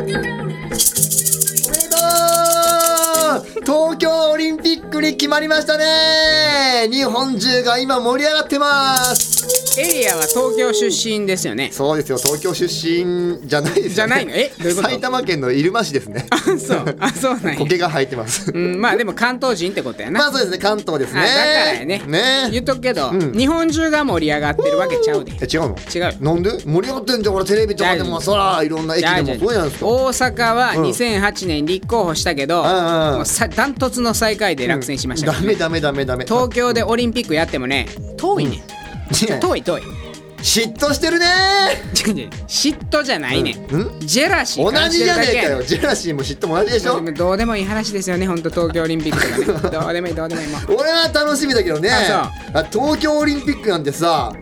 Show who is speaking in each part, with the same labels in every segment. Speaker 1: おめでとう東京オリンピックに決まりましたね日本中が今盛り上がってます
Speaker 2: エリアは東京出身です よね。
Speaker 1: そうですよ東京出身じゃないですよね
Speaker 2: じゃないのえどういうこと
Speaker 1: 埼玉県の入間市 ですね
Speaker 2: あ、そう。あ、そうなんや。
Speaker 1: 苔が生えてます
Speaker 2: うん、まあでも関東人ってことやな。
Speaker 1: まあそうですね関東ですね
Speaker 2: あだからやね言っとくけど、日本中が盛り上がってるわけちゃうで
Speaker 1: え違うの
Speaker 2: 違う
Speaker 1: なんで盛り上がってんじゃんほらテレビとかで
Speaker 2: じゃ
Speaker 1: も
Speaker 2: あ
Speaker 1: そらいろんな駅
Speaker 2: じゃあじ
Speaker 1: で
Speaker 2: ゃあ
Speaker 1: もそうじゃないですか
Speaker 2: 大阪は2008年立候補したけど、
Speaker 1: んうんうん
Speaker 2: もうさダントツの最下位で落選しましたから
Speaker 1: ダメダメダメダメ
Speaker 2: 東京でオリンピックやってもね遠いね、
Speaker 1: いや
Speaker 2: 遠い遠い
Speaker 1: 嫉妬してるね
Speaker 2: 違う違う嫉妬じゃないね、
Speaker 1: うん
Speaker 2: ジェラシ
Speaker 1: 同
Speaker 2: ー感
Speaker 1: じ
Speaker 2: じ
Speaker 1: じ
Speaker 2: てる
Speaker 1: ゃ
Speaker 2: だ
Speaker 1: ね
Speaker 2: け
Speaker 1: えか
Speaker 2: や
Speaker 1: よジェラシーも嫉妬も同じでしょ
Speaker 2: ねんどうでもいい話ですよね本当東京オリンピックと かねどうでもいいどうでもいいもう
Speaker 1: 俺は楽しみだけどね
Speaker 2: あ
Speaker 1: あ東京オリンピックなんてさ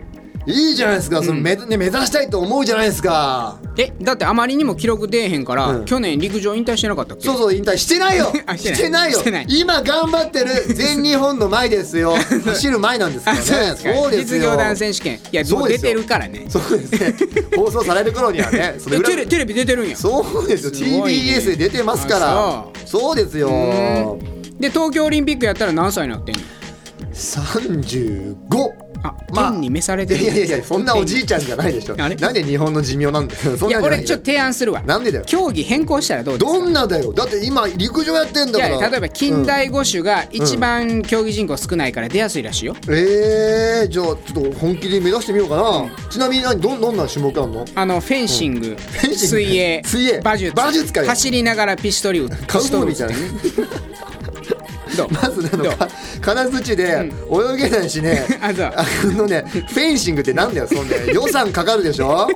Speaker 1: いいじゃないですかそのめ、ね、目指したいと思うじゃないですか
Speaker 2: えだってあまりにも記録出えへんから、
Speaker 1: うん
Speaker 2: 去年陸上引退してなかったっけ
Speaker 1: そうそう引退してないよ
Speaker 2: あしてない
Speaker 1: してないよ
Speaker 2: してない
Speaker 1: 今頑張ってる全日本の前ですよ走る前なんですか
Speaker 2: あ
Speaker 1: らね
Speaker 2: そうですか
Speaker 1: そうです
Speaker 2: 実
Speaker 1: よ
Speaker 2: 業団選手権いやも
Speaker 1: そううで
Speaker 2: 出
Speaker 1: すよ
Speaker 2: てるからね
Speaker 1: そうですね放送される頃にはねそれ
Speaker 2: え
Speaker 1: ぐら
Speaker 2: テ
Speaker 1: い
Speaker 2: レテレビ出てるんや
Speaker 1: そうですよ
Speaker 2: すごいね
Speaker 1: TBS で出てますか
Speaker 2: あ
Speaker 1: らそうですよ
Speaker 2: で東京オリンピックやったら何歳になってんの
Speaker 1: 35
Speaker 2: あ、
Speaker 1: まあ
Speaker 2: 天に召され
Speaker 1: い
Speaker 2: て
Speaker 1: や
Speaker 2: る
Speaker 1: いやいやそんなおじいちゃんじゃないでしょ
Speaker 2: あ
Speaker 1: な
Speaker 2: れ
Speaker 1: んで日本の寿命なんだよそん
Speaker 2: い
Speaker 1: なんじゃ
Speaker 2: や
Speaker 1: な
Speaker 2: 俺
Speaker 1: い
Speaker 2: ちょっと提案するわ
Speaker 1: なんでだよ
Speaker 2: 競技変更したらどうですか
Speaker 1: どんなだよだって今陸上やってんだ
Speaker 2: い
Speaker 1: か
Speaker 2: やいや
Speaker 1: ら
Speaker 2: 例えば近代五種が一番競技人口少ないから出やすいらしいよ、
Speaker 1: えー、じゃあちょっと本気で目指してみようかな、ちなみに何どんどんな種目あんの
Speaker 2: あのフェンシング、
Speaker 1: ェンシング
Speaker 2: 水泳
Speaker 1: 水泳
Speaker 2: 馬術
Speaker 1: 馬術かよ
Speaker 2: 走りながらピストリウ
Speaker 1: カ
Speaker 2: ピ
Speaker 1: ウ
Speaker 2: スト
Speaker 1: ボーイ
Speaker 2: ル
Speaker 1: みたいなね
Speaker 2: どう
Speaker 1: まずな
Speaker 2: ど
Speaker 1: の
Speaker 2: う
Speaker 1: か金槌で泳げないしね、
Speaker 2: あそう
Speaker 1: あのねフェンシングってなんだよそんで予算かかるでし ょ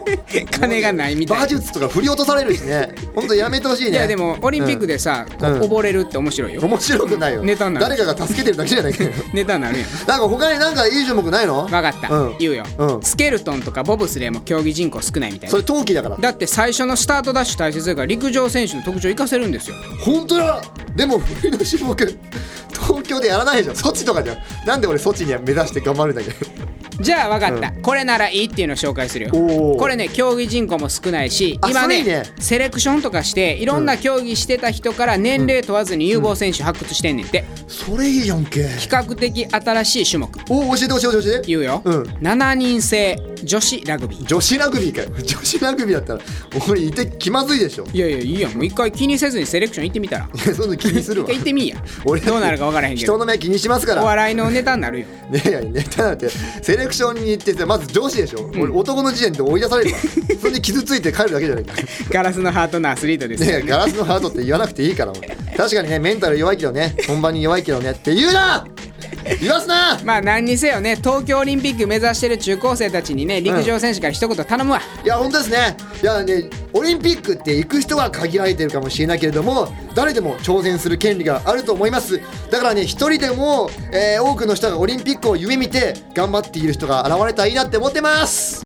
Speaker 2: 金がないみたいな
Speaker 1: 馬術とか振り落とされるしねほんとやめてほしいね
Speaker 2: いやでもオリンピックでさ、こう
Speaker 1: うん
Speaker 2: 溺れるって面白いよ、
Speaker 1: 面白くないよ
Speaker 2: ネタになる
Speaker 1: 誰かが助けてるだけじゃないかよ
Speaker 2: ネタになるやん
Speaker 1: なんか他になんかいい種目ないの
Speaker 2: 分かった、
Speaker 1: うん
Speaker 2: 言うよ、
Speaker 1: うん
Speaker 2: スケルトンとかボブスレーも競技人口少ないみたい
Speaker 1: そ
Speaker 2: な
Speaker 1: れ冬季だから
Speaker 2: だって最初のスタートダッシュ大切だから陸上選手の特徴活かせるんですよ
Speaker 1: 本当だでも冬の種目東京でやらないでしょソチとかじゃんなんで俺ソチには目指して頑張るんだけど
Speaker 2: じゃあ分かった、これならいいっていうのを紹介するよ
Speaker 1: おー
Speaker 2: これね競技人口も少ないし
Speaker 1: あ
Speaker 2: 今
Speaker 1: それい
Speaker 2: ね
Speaker 1: いね
Speaker 2: セレクションとかしていろんな競技してた人から年齢問わずに有望選手発掘してんねんって
Speaker 1: それいいやんけ
Speaker 2: 比較的新しい種目
Speaker 1: お教えて教えて教えて
Speaker 2: 言うよ、
Speaker 1: うん
Speaker 2: 7人制女子ラグビー
Speaker 1: 女子ラグビーかよ女子ラグビーだったら俺いて気まずいでしょ
Speaker 2: いやいやいいやんもう一回気にせずにセレクション行ってみ たら
Speaker 1: そういうの気にする
Speaker 2: 一
Speaker 1: わ
Speaker 2: 回行ってみいや
Speaker 1: 俺だって
Speaker 2: どうなるか分からへんけ
Speaker 1: 人
Speaker 2: ど
Speaker 1: の目気にしますか
Speaker 2: お
Speaker 1: ら
Speaker 2: 笑いのネタになるよ
Speaker 1: ねえネタなんてセレクションに行っててまず上司でしょ、俺男の時点で追い出されるわそれで傷ついて帰るだけじゃないか
Speaker 2: ガラスのハートのアスリートです
Speaker 1: ね
Speaker 2: よ
Speaker 1: えガラスのハートって言わなくていいから俺確かにねメンタル弱いけどね本番に弱いけどねって言うな言わすな
Speaker 2: まあ何にせよね東京オリンピック目指してる中高生たちにね陸上選手から一言頼むわ、
Speaker 1: いや本当ですねいやねオリンピックって行く人は限られてるかもしれないけれども誰でも挑戦する権利があると思いますだからね一人でも、えー多くの人がオリンピックを夢見て頑張っている人が現れたらいいなって思ってます